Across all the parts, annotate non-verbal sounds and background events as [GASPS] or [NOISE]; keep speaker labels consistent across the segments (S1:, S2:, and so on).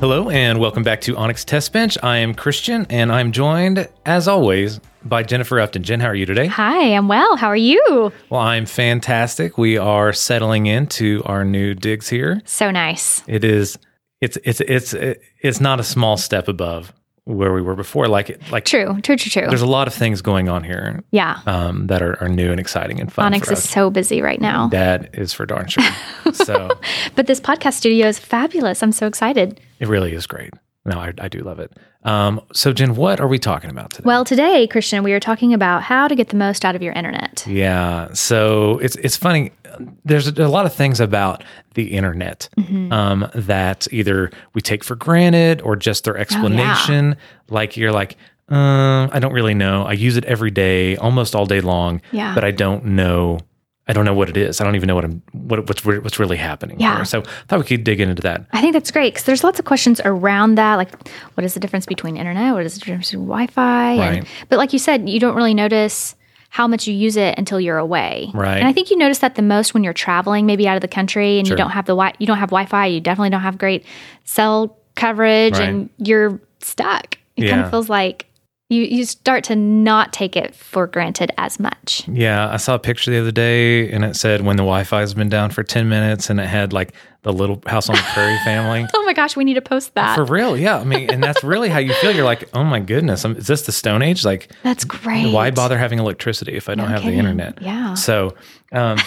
S1: Hello and welcome back to Onyx Test Bench. I am Christian and I'm joined, as always, by Jennifer Upton. Jen, how are you today?
S2: Hi, I'm well. How are you?
S1: Well, I'm fantastic. We are settling into our new digs here.
S2: So nice.
S1: It is, it's, it's, it's, it's not a small step above where we were before. Like, it, like
S2: True, true, true, true.
S1: there's a lot of things going on here
S2: Yeah.
S1: um, that are, are new and exciting and fun.
S2: Onyx
S1: for
S2: is
S1: us.
S2: so busy right now.
S1: that is for darn sure.
S2: [LAUGHS]
S1: so
S2: But this podcast studio is fabulous. I'm so excited.
S1: it really is great. No, I, I do love it. Um, so Jen, what are we talking about today?
S2: Well, today, Christian, we are talking about how to get the most out of your internet.
S1: Yeah. So it's it's funny. There's a, lot of things about the internet
S2: Mm-hmm.
S1: um, that either we take for granted or just
S2: Oh,
S1: their explanation. Like you're like, uh, I don't really know. I use it every day, almost all day long.
S2: Yeah.
S1: But I don't know. I don't know what it is. I don't even know what I'm what what's re- what's really happening.
S2: Yeah.
S1: here. So I thought we could dig into that.
S2: I think that's great because there's lots of questions around that. Like, what is the difference between internet? What is the difference between Wi Fi?
S1: Right.
S2: And But like you said, you don't really notice how much you use it until you're away.
S1: Right.
S2: And I think you notice that the most when you're traveling, maybe out of the country and you don't have the wi- you don't have Wi-Fi, you definitely don't have great cell coverage and you're stuck. It kind
S1: Yeah.
S2: of feels like you you start to not take it for granted as much.
S1: Yeah, I saw a picture the other day, and it said when the Wi-Fi's been down for ten minutes, and it had like the little house on the prairie family.
S2: Oh my gosh, we need to post that.
S1: For real, yeah. I mean, and that's really how you feel. You're like, oh my goodness, I'm, is this the Stone Age? Like,
S2: that's great.
S1: why bother having electricity if I don't have
S2: kidding.
S1: the internet?
S2: Yeah.
S1: So, um,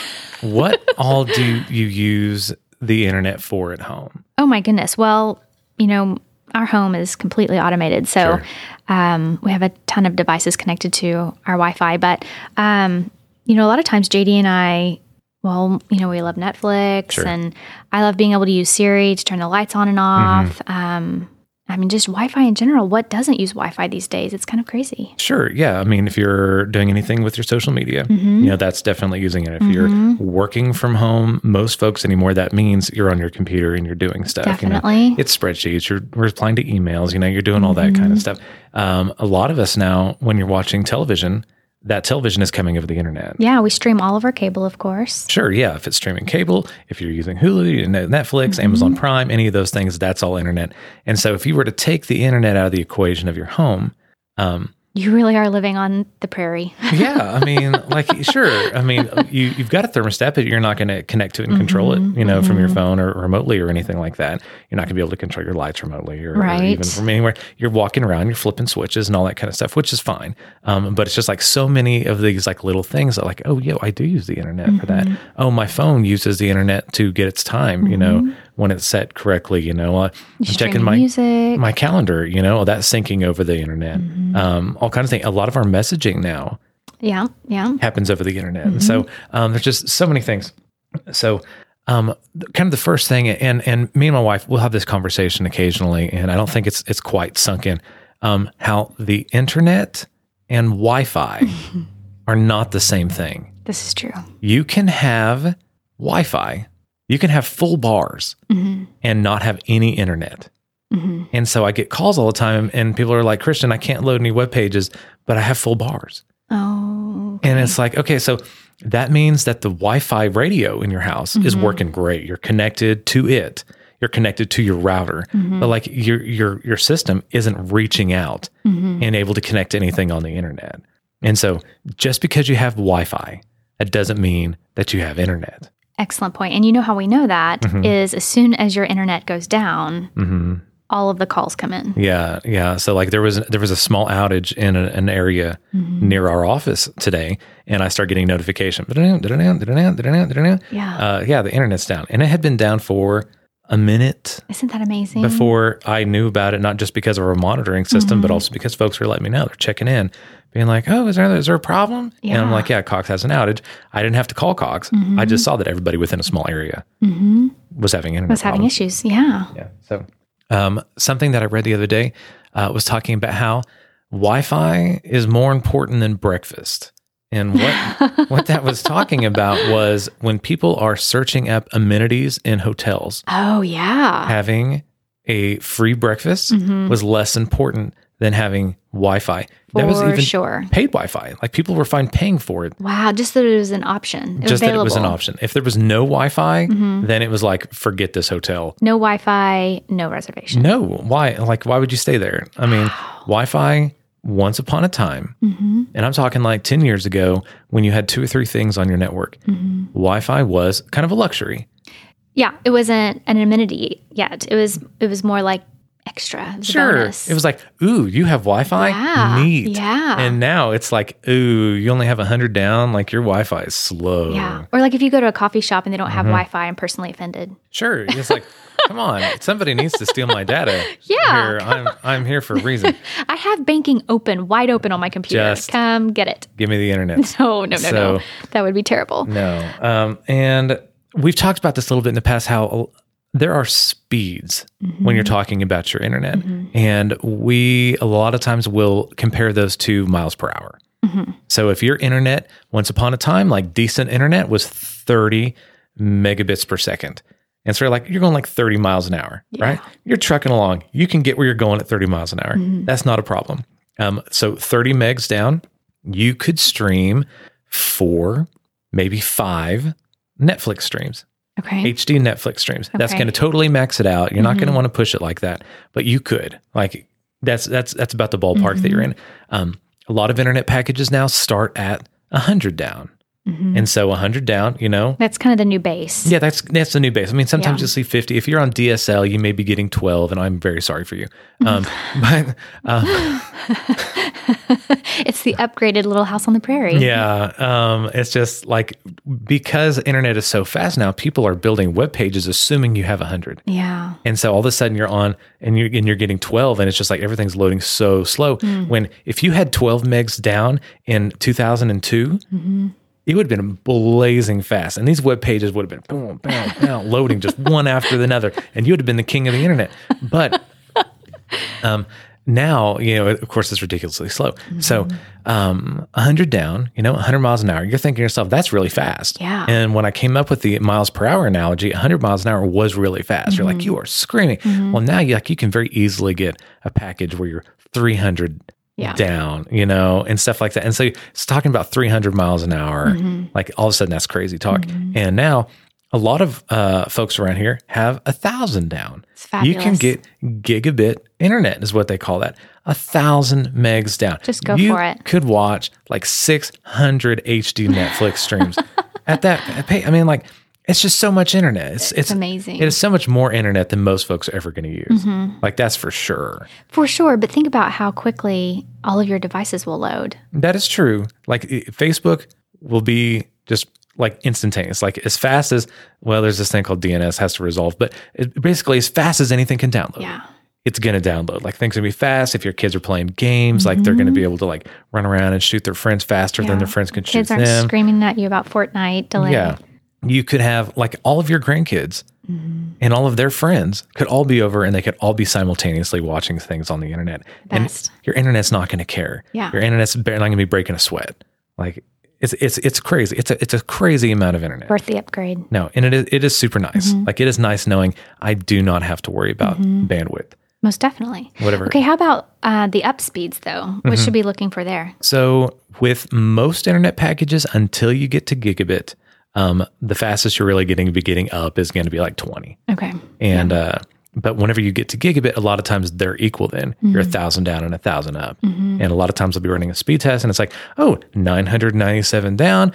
S1: what all do you use the internet for at home?
S2: Oh my goodness. Well, you know, our home is completely automated. So um, we have a ton of devices connected to our Wi Fi. But, um, you know, a lot of times JD and I, well, you know, we love Netflix and I love being able to use Siri to turn the lights on and off.
S1: Mm-hmm.
S2: Um, I mean, just Wi Fi in general. What doesn't use Wi Fi these days? It's kind of crazy.
S1: Sure. Yeah. I mean, if you're doing anything with your social media,
S2: Mm-hmm.
S1: you know, that's definitely using it. If you're working from home, most folks anymore, that means you're on your computer and you're doing stuff. you know.
S2: Definitely.
S1: it's spreadsheets you're replying to emails you know you're doing all that kind of stuff um, a lot of us now when you're watching television that television is coming over the internet
S2: Yeah, we stream all of our cable, of course.
S1: sure yeah if it's streaming cable if you're using hulu you know, netflix amazon prime any of those things that's all internet and so if you were to take the internet out of the equation of your home um,
S2: You really are living on the prairie.
S1: yeah i mean like sure i mean you, you've got a thermostat but you're not going to connect to it and control it you know from
S2: Mm-hmm.
S1: your phone or remotely or anything like that you're not going to be able to control your lights remotely or, or
S2: Right.
S1: even from anywhere you're walking around you're flipping switches and all that kind of stuff which is fine um, but it's just like so many of these like little things that like oh yo i do use the internet for that
S2: Mm-hmm.
S1: oh my phone uses the internet to get its time you
S2: Mm-hmm.
S1: know when it's set correctly you know uh, i'm checking
S2: Streaming
S1: my Mm.
S2: music.
S1: my calendar, you know, that's syncing over the internet.
S2: Mm-hmm.
S1: Um, all kinds of things. A lot of our messaging now
S2: yeah, yeah.
S1: happens over the internet. And so um, there's just so many things. So um, th- kind of the first thing, and and me and my wife will have this conversation occasionally, and I don't think it's it's quite sunk in um, how the internet and Wi-Fi are not the same thing.
S2: This is true.
S1: You can have Wi-Fi, you can have full bars,
S2: Mm-hmm.
S1: and not have any internet. And so I get calls all the time, and people are like, "Christian, I can't load any web pages, but I have full bars."
S2: Oh,
S1: And it's like, okay, so that means that the Wi Fi radio in your house is working great. You're connected to it. You're connected to your router. But like your your your system isn't reaching out and able to connect to anything on the internet. And so just because you have Wi Fi, that doesn't mean that you have internet.
S2: Excellent point. And you know how we know that is
S1: Mm-hmm.
S2: as soon as your internet goes down, all of the calls come in.
S1: Yeah, yeah. So like there was there was a small outage in a, an area
S2: Mm-hmm.
S1: near our office today, and I started getting notification.
S2: Yeah.
S1: Uh, yeah, the internet's down, and it had been down for a minute
S2: Isn't that amazing?
S1: before I knew about it. Not just because of our monitoring system,
S2: Mm-hmm.
S1: but also because folks were letting me know they're checking in, being like, "Oh, is there is there a problem?" And I'm
S2: Yeah. Mm-hmm.
S1: like, "Yeah, Cox has an outage." I didn't have to call Cox. I just saw that everybody within a small area was having internet
S2: I Mm-hmm. was having
S1: problems.
S2: issues. Yeah.
S1: Yeah. So, um, something that I read the other day uh, was talking about how Wi-Fi is more important than breakfast. And
S2: [LAUGHS]
S1: what what that was talking about was when people are searching up amenities in hotels,
S2: Oh, yeah. Mm-hmm.
S1: having a free breakfast was less important than having Wi-Fi. that was
S2: For
S1: even
S2: sure.
S1: paid Wi-Fi. Like people were fine paying for it.
S2: Wow, just that it was an option. It was
S1: just that it
S2: available. Mm-hmm.
S1: was an option. If there was no Wi-Fi, then it was like forget this hotel.
S2: No Wi Fi, no reservation.
S1: No, why? Like why would you stay there? I
S2: [SIGHS]
S1: mean, Wi-Fi once upon a time,
S2: Mm-hmm.
S1: and I'm talking like 10 years ago when you had two or three things on your network.
S2: Mm-hmm.
S1: Wi-Fi was kind of a luxury. Mm-hmm.
S2: Yeah, it wasn't an amenity yet. It was it was more like extra. It was a bonus.
S1: It was like, ooh, you have Wi Fi?
S2: Yeah.
S1: Neat.
S2: Yeah.
S1: And now it's like, ooh, you only have 100 down. Like your Wi Fi is slow.
S2: yeah. Or like if you go to a coffee shop and they don't have
S1: Mm-hmm.
S2: Wi Fi, I'm personally offended.
S1: Sure. It's like, come
S2: [LAUGHS]
S1: on, somebody needs to steal my data.
S2: Yeah,
S1: Here, I'm, I'm here for a reason.
S2: I have banking open, wide open on my computer.
S1: Just-
S2: Come get it.
S1: Give me the internet.
S2: Oh [LAUGHS] no no
S1: So-
S2: no, that would be terrible.
S1: No. Um, and we've talked about this a little bit in the past how there are speeds when you're talking about your internet. And we, a lot of times, will compare those to miles per hour. So if your internet, once upon a time, like decent internet was 30 megabits per second. And so you're like, you're going like 30 miles an hour, right? You're trucking along. You can get where you're going at 30 miles an hour. That's not a problem. Um, so 30 megs down, you could stream four, maybe five Netflix streams,
S2: Okay.
S1: HD Netflix streams. That's
S2: Okay. Mm-hmm.
S1: going to totally max it out. You're not going to want to push it like that, but you could. Like that's that's that's about the ballpark that you're
S2: Mm-hmm.
S1: in. Um, a lot of internet packages now start at 100 down.
S2: Mm-hmm.
S1: And so 100 down, you know,
S2: That's kind of the new base.
S1: yeah, that's that's the new base. I mean, sometimes
S2: Yeah.
S1: you'll see fifty. If you're on DSL, you may be getting twelve, and I'm very sorry for you. Um, [LAUGHS] but
S2: [LAUGHS]
S1: um,
S2: It's the upgraded little house on the prairie.
S1: yeah, um, it's just like because internet is so fast now, people are building web pages assuming you have hundred,
S2: Yeah.
S1: and so all of a sudden you're on and you're and you're getting twelve, and it's just like everything's loading so slow. When if you had twelve megs down in two thousand and two. It would have been blazing fast, and these web pages would have been boom, boom, boom, [LAUGHS] loading just one after the other, and you would have been the king of the internet. But now, you know, of course, it's ridiculously slow. So,
S2: Mm-hmm.
S1: um, 100 down, you know, 100 miles an hour, you're thinking to yourself, that's really fast.
S2: Yeah.
S1: And when I came up with the miles per hour analogy, 100 miles an hour was really fast. You're
S2: Mm-hmm.
S1: like, you are screaming. Well, now you like you can very easily get a package where you're 300
S2: Yeah.
S1: down, you know, and stuff like that. And so it's talking about 300 miles an hour.
S2: Mm-hmm.
S1: Like all of a sudden, that's crazy talk. And now, a lot of uh, folks around here have a thousand down.
S2: It's fabulous.
S1: You can get gigabit internet is what they call that. A thousand megs down.
S2: Just go
S1: You
S2: for it.
S1: Could watch like six hundred HD Netflix
S2: [LAUGHS]
S1: streams at that. at pay- I mean, like it's just so much internet. It's, it's,
S2: amazing. Mm-hmm.
S1: It is so much more internet than most folks are ever going to use. Like that's for sure.
S2: For sure. But think about how quickly all of your devices will load.
S1: That is true. Like i- Facebook will be just like instantaneous, like as fast as well. There's this thing called DNS has to resolve, but it, basically as fast as anything can download.
S2: Yeah.
S1: it's going to download. Like things are going to be fast. If your kids are playing games, like they're going to be able to like run around and shoot their friends faster than their friends can shoot
S2: Mm-hmm. Kids aren't
S1: them.
S2: screaming at you about Fortnite delay.
S1: Yeah. You could have like all of your grandkids
S2: Mm-hmm.
S1: and all of their friends could all be over and they could all be simultaneously watching things on the internet.
S2: Best.
S1: And your internet's not going to care.
S2: Yeah.
S1: Your internet's ba- not going to be breaking a sweat. Like it's it's it's crazy. It's a it's a crazy amount of internet.
S2: Worth the upgrade.
S1: No, and it is it is super nice.
S2: Mm-hmm.
S1: Like it is nice knowing I do not have to worry about bandwidth.
S2: Most definitely.
S1: Whatever. Mm-hmm.
S2: Okay, how about uh, the up speeds though? What should we be looking for there?
S1: So, with most internet packages, until you get to gigabit, um, the fastest you're really getting to be getting up is going to be like 20.
S2: Okay.
S1: And, uh, but whenever you get to gigabit, a lot of times they're equal then. You're a thousand down and a thousand up. And a lot of times I'll be running a speed test and it's like, oh, 997 down,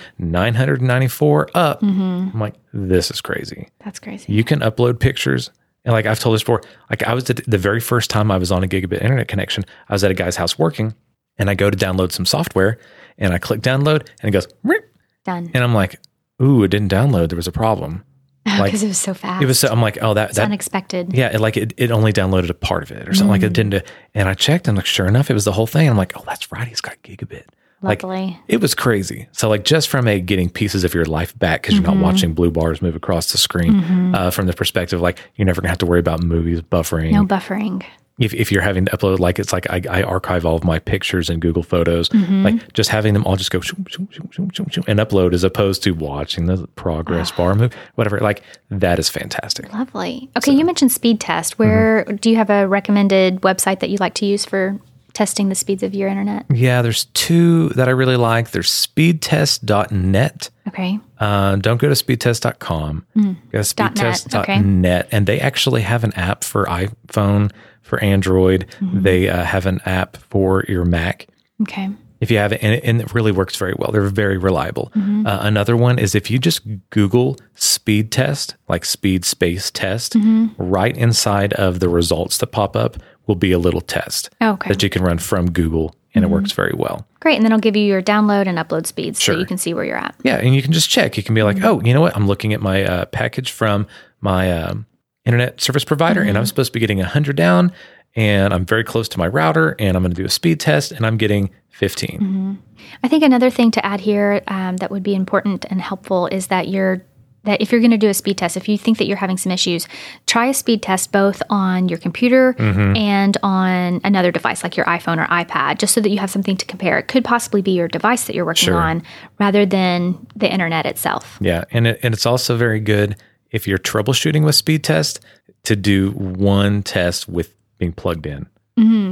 S1: 994 up. I'm like, this is crazy
S2: That's crazy.
S1: you can upload pictures. And like I've told this before, like I was at the very first time I was on a gigabit internet connection, I was at a guy's house working and I go to download some software and I click download and it goes, "Meep."
S2: Done.
S1: and I'm like, ooh, it didn't download. There was a problem.
S2: Because [LAUGHS]
S1: like-
S2: it was so fast.
S1: It was, so, I'm like, oh, that,
S2: It's
S1: that,
S2: unexpected.
S1: yeah, it, like it, it only downloaded a part of it or something like it didn't. do- And I checked and like, sure enough, it was the whole thing. I'm like, oh, that's right. He's got gigabit. Like
S2: Luckily.
S1: it was crazy. So like just from a getting pieces of your life back because you're not watching blue bars move across the screen uh, from the perspective like you're never gonna have to worry about movies buffering.
S2: no buffering.
S1: If, if you're having to upload like it's like I, I archive all of my pictures in Google Photos like just having them all just go shoom, shoom, shoom, shoom, shoom, shoom, and upload as opposed to watching the progress bar move whatever like that is fantastic.
S2: Lovely. Okay, you mentioned speed test. Where do you have a recommended website that you like to use for testing the speeds of your internet?
S1: Yeah, there's two that I really like. There's speedtest.net.
S2: Okay.
S1: Uh, don't go to speedtest.com. Go to
S2: Hmm. Dot net, okay.
S1: speedtest.net. And they actually have an app for iPhone, for Android.
S2: Mm-hmm.
S1: They uh, have an app for your Mac.
S2: Okay.
S1: If you have it, and it, and it really works very well. They're very reliable.
S2: Mm-hmm.
S1: Uh, another one is if you just Google speed test, like speed space test,
S2: Mm-hmm.
S1: right inside of the results that pop up will be a little test
S2: Okay. Mm-hmm.
S1: that you can run from Google, and it works very well.
S2: Great. And then I'll give you your download and upload speeds
S1: Sure.
S2: so you can see where you're at.
S1: Yeah, and you can just check. You can be like, oh, you know what? I'm looking at my uh, package from my um, internet service provider, and I'm supposed to be getting 100 down, and I'm very close to my router, and I'm going to do a speed test, and I'm getting 15.
S2: I think another thing to add here um, that would be important and helpful is that you're that if you're going to do a speed test, if you think that you're having some issues, try a speed test both on your computer and on another device like your iPhone or iPad, just so that you have something to compare. It could possibly be your device that you're working on rather than the internet itself.
S1: Yeah, and it, and it's also very good if you're troubleshooting with speed test to do one test with being plugged in. to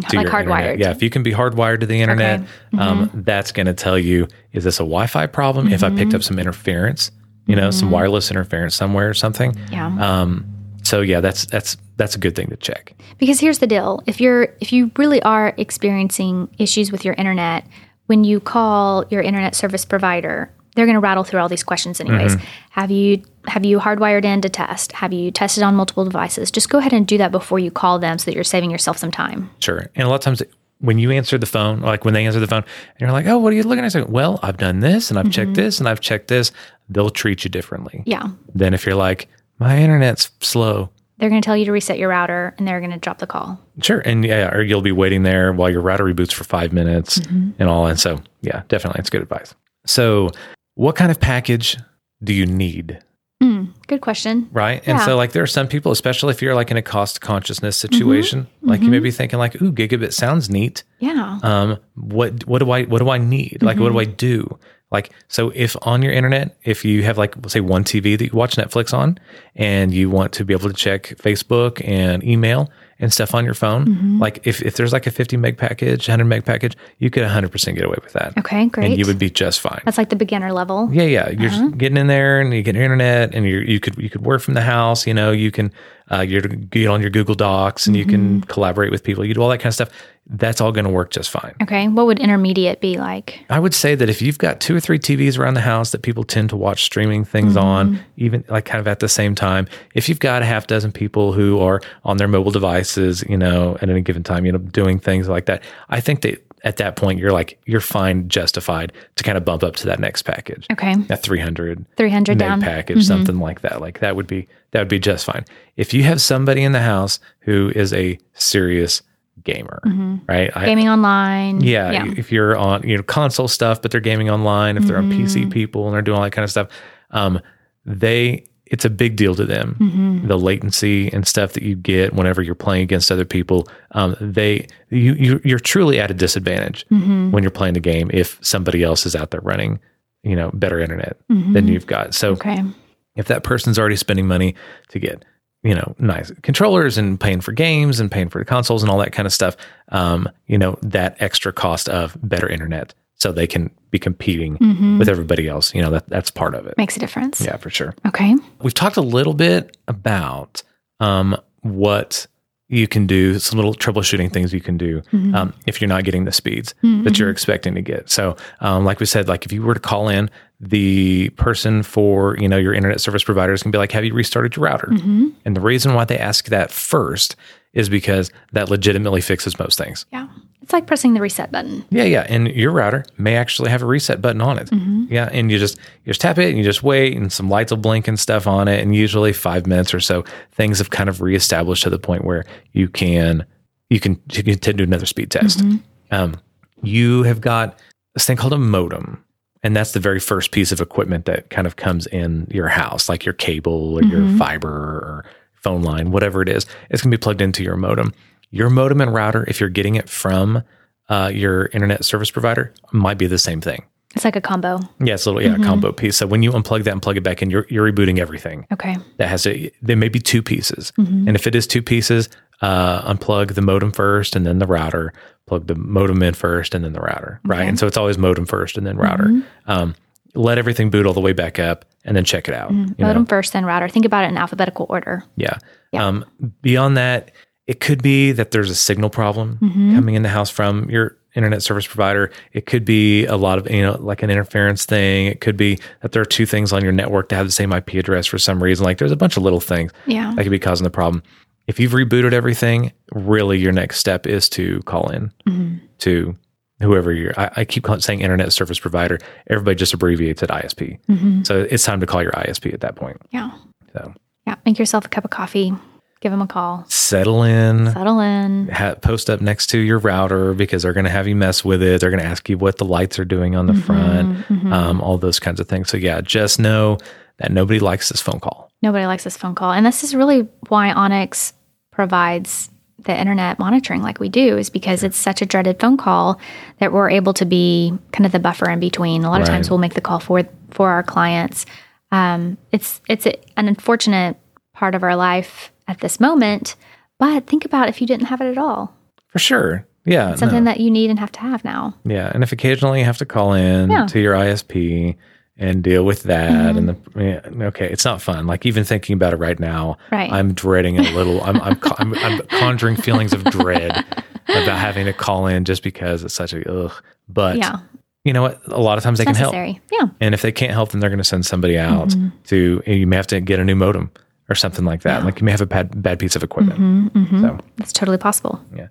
S2: like
S1: your internet.
S2: hardwired. Mm-hmm.
S1: Yeah, if you can be hardwired to the internet, um, that's going to tell you is this a Wi-Fi problem? If I picked
S2: Mm-hmm.
S1: up some interference, you know, some wireless interference somewhere or something.
S2: Yeah.
S1: Um, so yeah, that's that's that's a good thing to check.
S2: Because here's the deal: if you're if you really are experiencing issues with your internet, when you call your internet service provider, they're going to rattle through all these questions anyways.
S1: Mm-hmm.
S2: Have you have you hardwired in to test? Have you tested on multiple devices? Just go ahead and do that before you call them, so that you're saving yourself some time.
S1: Sure. And a lot of times when you answer the phone, like when they answer the phone, and you're like, oh, what are you looking at? It's like, well, I've done this and I've checked this and I've checked this. They'll treat you differently.
S2: Mm-hmm. Yeah,
S1: Then if you're like, my internet's slow,
S2: they're going to tell you to reset your router, and they're going to drop the call.
S1: sure, and yeah, or you'll be waiting there while your router reboots for five minutes and all. And so, yeah, definitely, it's good advice. So, what kind of package do you need?
S2: Mm, good question.
S1: Right. And
S2: Yeah.
S1: so like there are some people, especially if you're like in a cost consciousness situation, like you may be thinking like, ooh, gigabit sounds neat.
S2: Yeah.
S1: um, what what do I what do I need? Like
S2: Mm-hmm.
S1: what do I do? Like so if on your internet, if you have like say one TV that you watch Netflix on and you want to be able to check Facebook and email and stuff on your phone,
S2: Mm-hmm.
S1: like if, if there's like a 50 meg package, 100 meg package, you could 100% get away with that.
S2: Okay. Great.
S1: And you would be just fine.
S2: That's Uh-huh. like the beginner level.
S1: Yeah, yeah. You're getting in there, and you get your internet, and you you could you could work from the house. You know, you can uh, you're get on your Google Docs, and you can
S2: Mm-hmm.
S1: collaborate with people. You do all that kind of stuff. That's all going to work just fine.
S2: Okay. What would intermediate be like?
S1: I would say that if you've got two or three TVs around the house that people tend to watch streaming things
S2: Mm-hmm.
S1: on, even like kind of at the same time, if you've got a half dozen people who are on their mobile devices, you know, at any given time, you know, doing things like that, I think that at that point you're like you're fine justified to kind of bump up to that next package.
S2: Okay.
S1: That 300
S2: Three hundred
S1: meg
S2: down. Mm-hmm.
S1: package, something like that. Like that would be that would be just fine. If you have somebody in the house who is a serious gamer,
S2: Mm-hmm.
S1: right? I,
S2: Gaming online.
S1: yeah, if you're on you know console stuff, but they're gaming online, if they're on
S2: Mm-hmm.
S1: PC people and they're doing all that kind of stuff, um, they it's a big deal to them.
S2: Mm-hmm.
S1: The latency and stuff that you get whenever you're playing against other people, um, they you you- you're truly at a disadvantage
S2: Mm-hmm.
S1: when you're playing the game if somebody else is out there running you know better internet than you've got. So
S2: Mm-hmm. Okay.
S1: if that person's already spending money to get you know nice controllers and paying for games and paying for consoles and all that kind of stuff um, you know that extra cost of better internet so they can be competing with everybody else you know that that's part of it
S2: Mm-hmm. Makes a difference.
S1: yeah for sure
S2: Okay.
S1: we've talked a little bit about um, what you can do some little troubleshooting things you can do um, if you're not getting the speeds that you're expecting to get so um, like we said like if you were to call in the person for you know your internet service providers can be like have you restarted your router and the reason why they ask that first is because that legitimately fixes most things
S2: Yeah. It's like pressing the reset button.
S1: yeah, yeah, and your router may actually have a reset button on it. Yeah, and you just you just tap it and you just wait, and some lights will blink and stuff on it, and usually five minutes or so, things have kind of reestablished to the point where you can you can you can tend to do another speed test. Um, you have got this thing called a modem, and that's the very first piece of equipment that kind of comes in your house, like your cable or your fiber or phone line, whatever it is. It's going to be plugged into your modem. Your modem and router, if you're getting it from uh, your internet service provider, might be the same thing.
S2: It's like a combo.
S1: Yeah, it's a little yeah combo piece. So when you unplug that and plug it back in, you're you're rebooting everything.
S2: Okay.
S1: That has to. There may be two pieces, and if it is two pieces, uh, unplug the modem first and then the router. plug the modem in first and then the router, right? And so it's always modem first and then router. Um, let everything boot all the way back up and then check it out. you know?
S2: Modem first, then router. Think about it in alphabetical order.
S1: Yeah.
S2: Yeah.
S1: Um, beyond that, it could be that there's a signal problem
S2: Mm-hmm.
S1: coming in the house from your internet service provider. It could be a lot of, you know, like an interference thing. It could be that there are two things on your network that have the same IP address for some reason. Like there's a bunch of little things
S2: Yeah.
S1: that could be causing the problem. If you've rebooted everything, really your next step is to call in
S2: Mm-hmm.
S1: to whoever you're. I, I keep call- saying internet service provider. Everybody just abbreviates it ISP.
S2: Mm-hmm.
S1: So it's time to call your ISP at that point.
S2: Yeah.
S1: So
S2: Yeah. Make yourself a cup of coffee. Give them a call.
S1: settle in.
S2: Settle in.
S1: ha- post up next to your router because they're going to have you mess with it. They're going to ask you what the lights are doing
S2: Mm-hmm,
S1: on the front, um, all those kinds of things. So, yeah, just know that nobody likes this phone call.
S2: Nobody likes this phone call. And this is really why Onyx provides the internet monitoring like we do is because it's such a dreaded phone call that we're able to be kind of the buffer in between. A lot of
S1: Right.
S2: times we'll make the call for for our clients. Um, it's it's a, an unfortunate part of our life at this moment, but think about if you didn't have it at all.
S1: For sure. Yeah. no.
S2: Something that you need and have to have now.
S1: Yeah. And if occasionally you have to call in
S2: Yeah. Mm-hmm.
S1: to your ISP and deal with that and the yeah, okay it's not fun like even thinking about it right now
S2: Right.
S1: i'm dreading a little I'm, I'm, co- I'm i'm conjuring feelings of dread
S2: [LAUGHS]
S1: about having to call in just because it's such a ugh but
S2: Yeah.
S1: you know what a lot of times they can help
S2: Necessary. Yeah.
S1: And if they can't help, then they're going to send somebody out
S2: Mm-hmm.
S1: to, and you may have to get a new modem or something like that. Like you may have a bad, bad piece of equipment.
S2: Mm-hmm.
S1: So,
S2: That's totally possible.
S1: yeah. All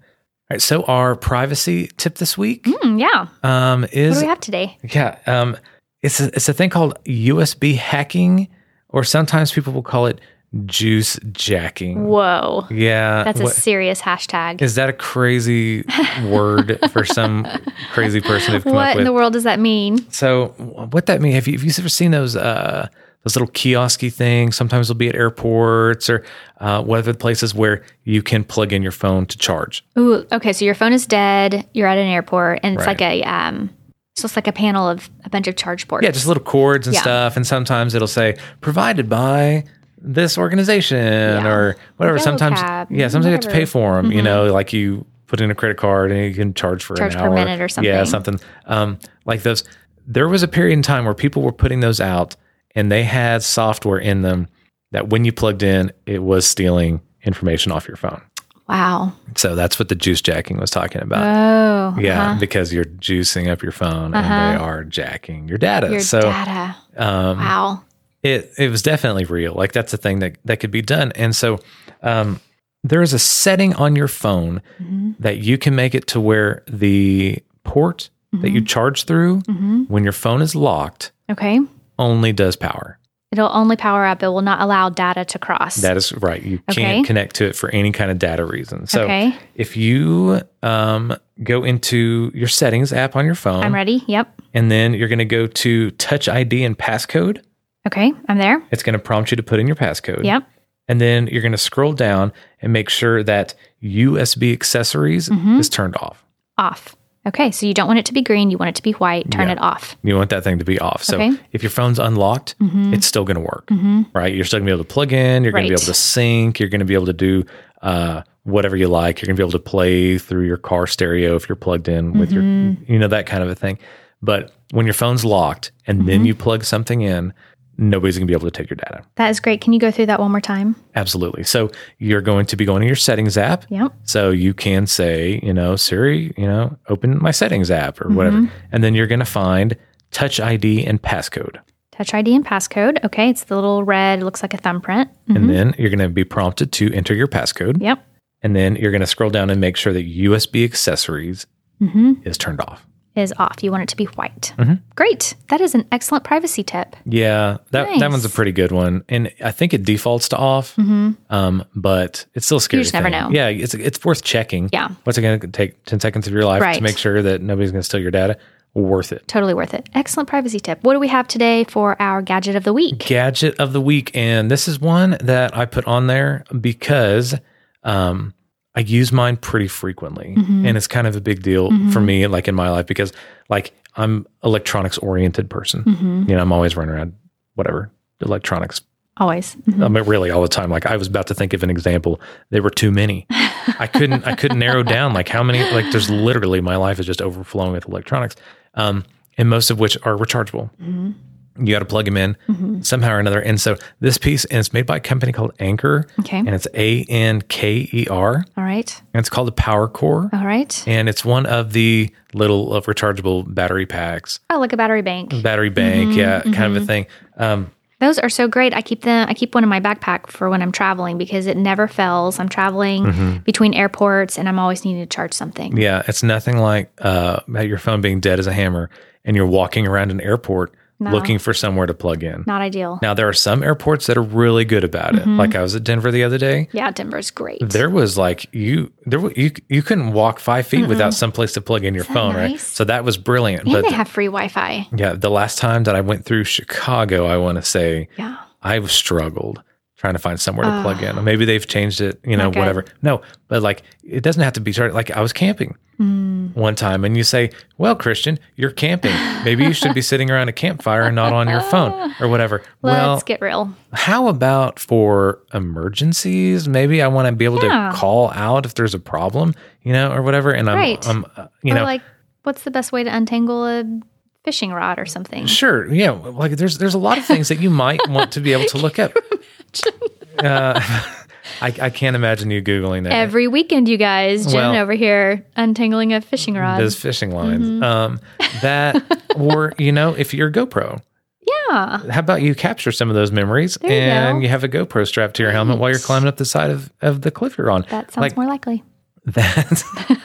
S1: right. So, our privacy tip this week
S2: Hmm, yeah.
S1: um,
S2: What do
S1: is,
S2: we have today?
S1: yeah, um, it's, a, it's a thing called USB hacking, or sometimes people will call it juice jacking.
S2: Whoa.
S1: Yeah.
S2: That's a
S1: what-
S2: serious hashtag.
S1: is that a crazy
S2: [LAUGHS]
S1: word for some crazy person who've come up
S2: What
S1: with?
S2: in the world does that mean?
S1: So wh- what that mean? Have you, have you ever seen those uh, those little kiosky things? Sometimes they'll be at airports or uh, whatever the places where you can plug in your phone to charge.
S2: Ooh, okay. So your phone is dead. You're at an airport, and it's
S1: Right.
S2: like a um, so it's like a panel of a bunch of charge ports.
S1: Yeah, just little cords and
S2: Yeah.
S1: stuff. And sometimes it'll say provided by this organization or whatever.
S2: Yellow
S1: sometimes
S2: cab,
S1: yeah, sometimes you have to pay
S2: whatever. Mm-hmm.
S1: for them. You know, like you put in a credit card and you can charge for
S2: Charge
S1: an
S2: per
S1: hour.
S2: minute or
S1: Yeah,
S2: something.
S1: something um, like those. There was a period in time where people were putting those out, and they had software in them that when you plugged in, it was stealing information off your phone.
S2: Wow.
S1: So that's what the juice jacking was talking about.
S2: Oh.
S1: Uh, yeah, because you're juicing up your phone and they are jacking your data.
S2: Uh-huh. Your
S1: so
S2: data.
S1: um,
S2: Wow.
S1: it it was definitely real. Like that's a thing that that could be done. And so um, there is a setting on your phone
S2: Mm-hmm.
S1: that you can make it to where the port that
S2: Mm-hmm.
S1: you charge through when your phone is locked
S2: Okay.
S1: only does power.
S2: It'll only power up. It will not allow data to cross.
S1: That is right. You
S2: Okay.
S1: can't connect to it for any kind of data reason. So
S2: Okay.
S1: if you um, go into your settings app on your phone,
S2: I'm ready. Yep.
S1: and then you're going to go to Touch ID and passcode.
S2: Okay. I'm there.
S1: It's going to prompt you to put in your passcode.
S2: Yep.
S1: And then you're going to scroll down and make sure that USB accessories
S2: Mm-hmm.
S1: is turned off.
S2: Off. Okay. So you don't want it to be green. You want it to be white. Turn it off.
S1: You want that thing to be off. So
S2: Okay. Mm-hmm.
S1: if your phone's unlocked, it's still going to work, right? You're still going to be able to plug in. You're going to be
S2: Right.
S1: able to sync. You're going to be able to do uh, whatever you like. You're going to be able to play through your car stereo if you're plugged in with
S2: Mm-hmm.
S1: your, you know, that kind of a thing. But when your phone's locked and
S2: Mm-hmm.
S1: then you plug something in, nobody's going to be able to take your data.
S2: That is great. Can you go through that one more time?
S1: Absolutely. So you're going to be going to your settings app.
S2: Yep.
S1: So you can say, you know, Siri, you know, open my settings app or whatever.
S2: Mm-hmm.
S1: And then you're going to find touch ID and passcode.
S2: Touch ID and passcode. Okay, it's the little red, looks like a thumbprint.
S1: And then you're going to be prompted to enter your passcode.
S2: Yep.
S1: And then you're going to scroll down and make sure that USB accessories
S2: Mm-hmm.
S1: is turned off.
S2: Is off. You want it to be white.
S1: Mm-hmm.
S2: Great. That is an excellent privacy tip.
S1: Yeah, that, that one's a
S2: Nice.
S1: pretty good one, and I think it defaults to off. Um, but it's still scary.
S2: Mm-hmm. just never
S1: thing.
S2: know.
S1: Yeah, it's it's worth checking.
S2: Yeah.
S1: what's it going to take? Ten seconds of your life
S2: Right.
S1: to make sure that nobody's going to steal your data. Worth it.
S2: Totally worth it. Excellent privacy tip. What do we have today for our gadget of the week?
S1: Gadget of the week, and this is one that I put on there because um, I use mine pretty frequently, and it's kind of a big deal for me, like in my life, because like I'm electronics oriented person. You know, I'm always running around whatever electronics
S2: Always.
S1: I mean, really all the time. Like I was about to think of an example. There were too many. I couldn't. I couldn't narrow down like how many. Like there's literally my life is just overflowing with electronics, um, and most of which are rechargeable. You got to plug them in somehow or another. And so this piece, and it's made by a company called Anchor,
S2: Okay.
S1: and it's A N K E R, and
S2: All right.
S1: it's called the Power Core,
S2: All right.
S1: and it's one of the little of rechargeable battery packs,
S2: Oh, like a battery bank.
S1: battery bank, yeah, kind of a thing. Um,
S2: Those are so great. I keep them. I keep one in my backpack for when I'm traveling because it never fails. I'm traveling
S1: Mm-hmm.
S2: between airports and I'm always needing to charge something.
S1: Yeah, it's nothing like uh, your phone being dead as a hammer and you're walking around an airport looking for somewhere to plug in.
S2: Not ideal.
S1: Now, there are some airports that are really good about it. Like I was at Denver the other day.
S2: Yeah, Denver's great.
S1: There was like you, there were, you, you couldn't walk five feet without some place to plug in your phone, right?
S2: nice?
S1: So that was brilliant.
S2: and
S1: but
S2: they have free Wi-Fi.
S1: yeah, the last time that I went through Chicago, I want to say
S2: Yeah.
S1: I struggled trying to find somewhere to plug in. Maybe they've changed it, you know,
S2: Ah. Okay.
S1: whatever. No, but like it doesn't have to be started. Like I was camping
S2: Hmm.
S1: one time and you say, Well, Christian, you're camping. Maybe you
S2: [LAUGHS]
S1: should be sitting around a campfire and not on your phone or whatever.
S2: Let's
S1: well,
S2: get real.
S1: how about for emergencies? Maybe I want to be able
S2: Yeah.
S1: to call out if there's a problem, you know, or whatever. And I'm,
S2: Right.
S1: I'm uh, you
S2: or
S1: know,
S2: like, what's the best way to untangle a fishing rod or something?
S1: Sure. Yeah. Like there's there's a lot of things that you might want to be able to
S2: [LAUGHS]
S1: look up. Uh, [LAUGHS] I, I can't imagine you googling that.
S2: Every weekend, you guys, Jen
S1: Well-
S2: over here untangling a fishing rod.
S1: Those fishing lines.
S2: Mm-hmm.
S1: Um, that or you know if you're a GoPro,
S2: yeah.
S1: how about you capture some of those memories
S2: you
S1: and
S2: go.
S1: you have a GoPro strapped to your helmet while you're climbing up the side of, of the cliff you're on.
S2: That sounds
S1: Like,
S2: more likely.
S1: that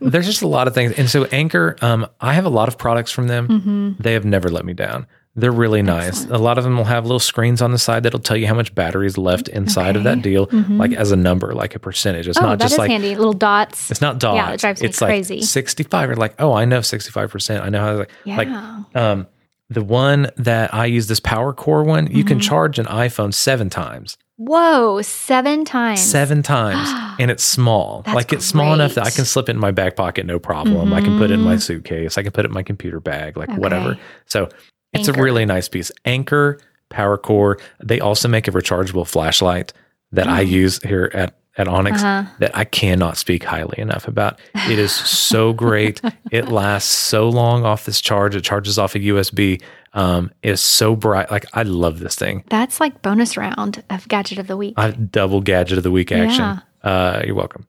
S1: there's just a lot of things and so anchor um, i have a lot of products from them
S2: Mm-hmm.
S1: they have never let me down they're really nice a lot of them will have little screens on the side that'll tell you how much battery is left inside of that deal like as a number like a percentage it's
S2: Mm-hmm. Oh,
S1: not
S2: that
S1: just
S2: is
S1: like
S2: handy. Little dots.
S1: it's not dots
S2: Yeah, it drives me
S1: it's
S2: crazy.
S1: like 65 or like oh i know 65% i know how like
S2: Yeah.
S1: like um the one that i use this power core one you can
S2: Mm-hmm.
S1: charge an iphone seven times
S2: Whoa, seven times.
S1: seven times
S2: [GASPS]
S1: and it's small
S2: That's
S1: like it's small enough that i
S2: great. Mm-hmm.
S1: can slip it in my back pocket no problem i can put it in my suitcase i can put it in my computer bag like whatever
S2: Okay.
S1: so it's
S2: Anchor.
S1: a really nice piece anchor power core they also make a rechargeable flashlight that i
S2: Mm.
S1: use here at at onyx
S2: Uh-huh.
S1: that i cannot speak highly enough about it is so
S2: [LAUGHS]
S1: great it lasts so long off this charge it charges off a usb um it's so bright like i love this thing
S2: That's like bonus round of gadget of the week.
S1: I double gadget of the week action. Uh, you're welcome.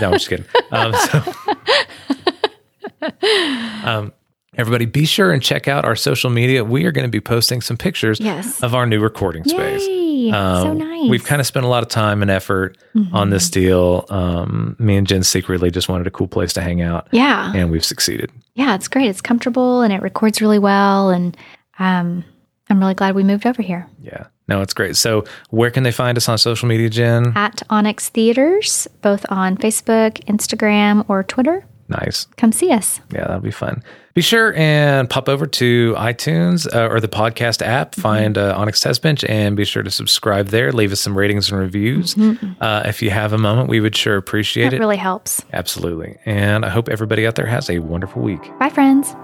S1: No, I'm just
S2: [LAUGHS]
S1: kidding. Um, so, um, everybody, be sure and check out our social media. We are going to be posting some pictures
S2: Yes.
S1: of our new recording space.
S2: Yay. so
S1: Um,
S2: nice. Mm-hmm.
S1: We've kind of spent a lot of time and effort on this deal. Um, me and Jen secretly just wanted a cool place to hang out,
S2: yeah.
S1: and we've succeeded.
S2: Yeah, it's great. It's comfortable and it records really well. And um, I'm really glad we moved over here
S1: Yeah, no, it's great. So, where can they find us on social media, Jen?
S2: at Onyx Theaters, both on Facebook, Instagram, or Twitter.
S1: Nice.
S2: Come see us.
S1: Yeah, that'll be fun. Be sure and pop over to iTunes uh, or the podcast app, find uh, Onyx Test Bench, and be sure to subscribe there. Leave us some ratings and reviews. Uh, if you have a moment, we would sure appreciate
S2: It
S1: it.
S2: really helps.
S1: Absolutely. And I hope everybody out there has a wonderful week.
S2: Bye, friends.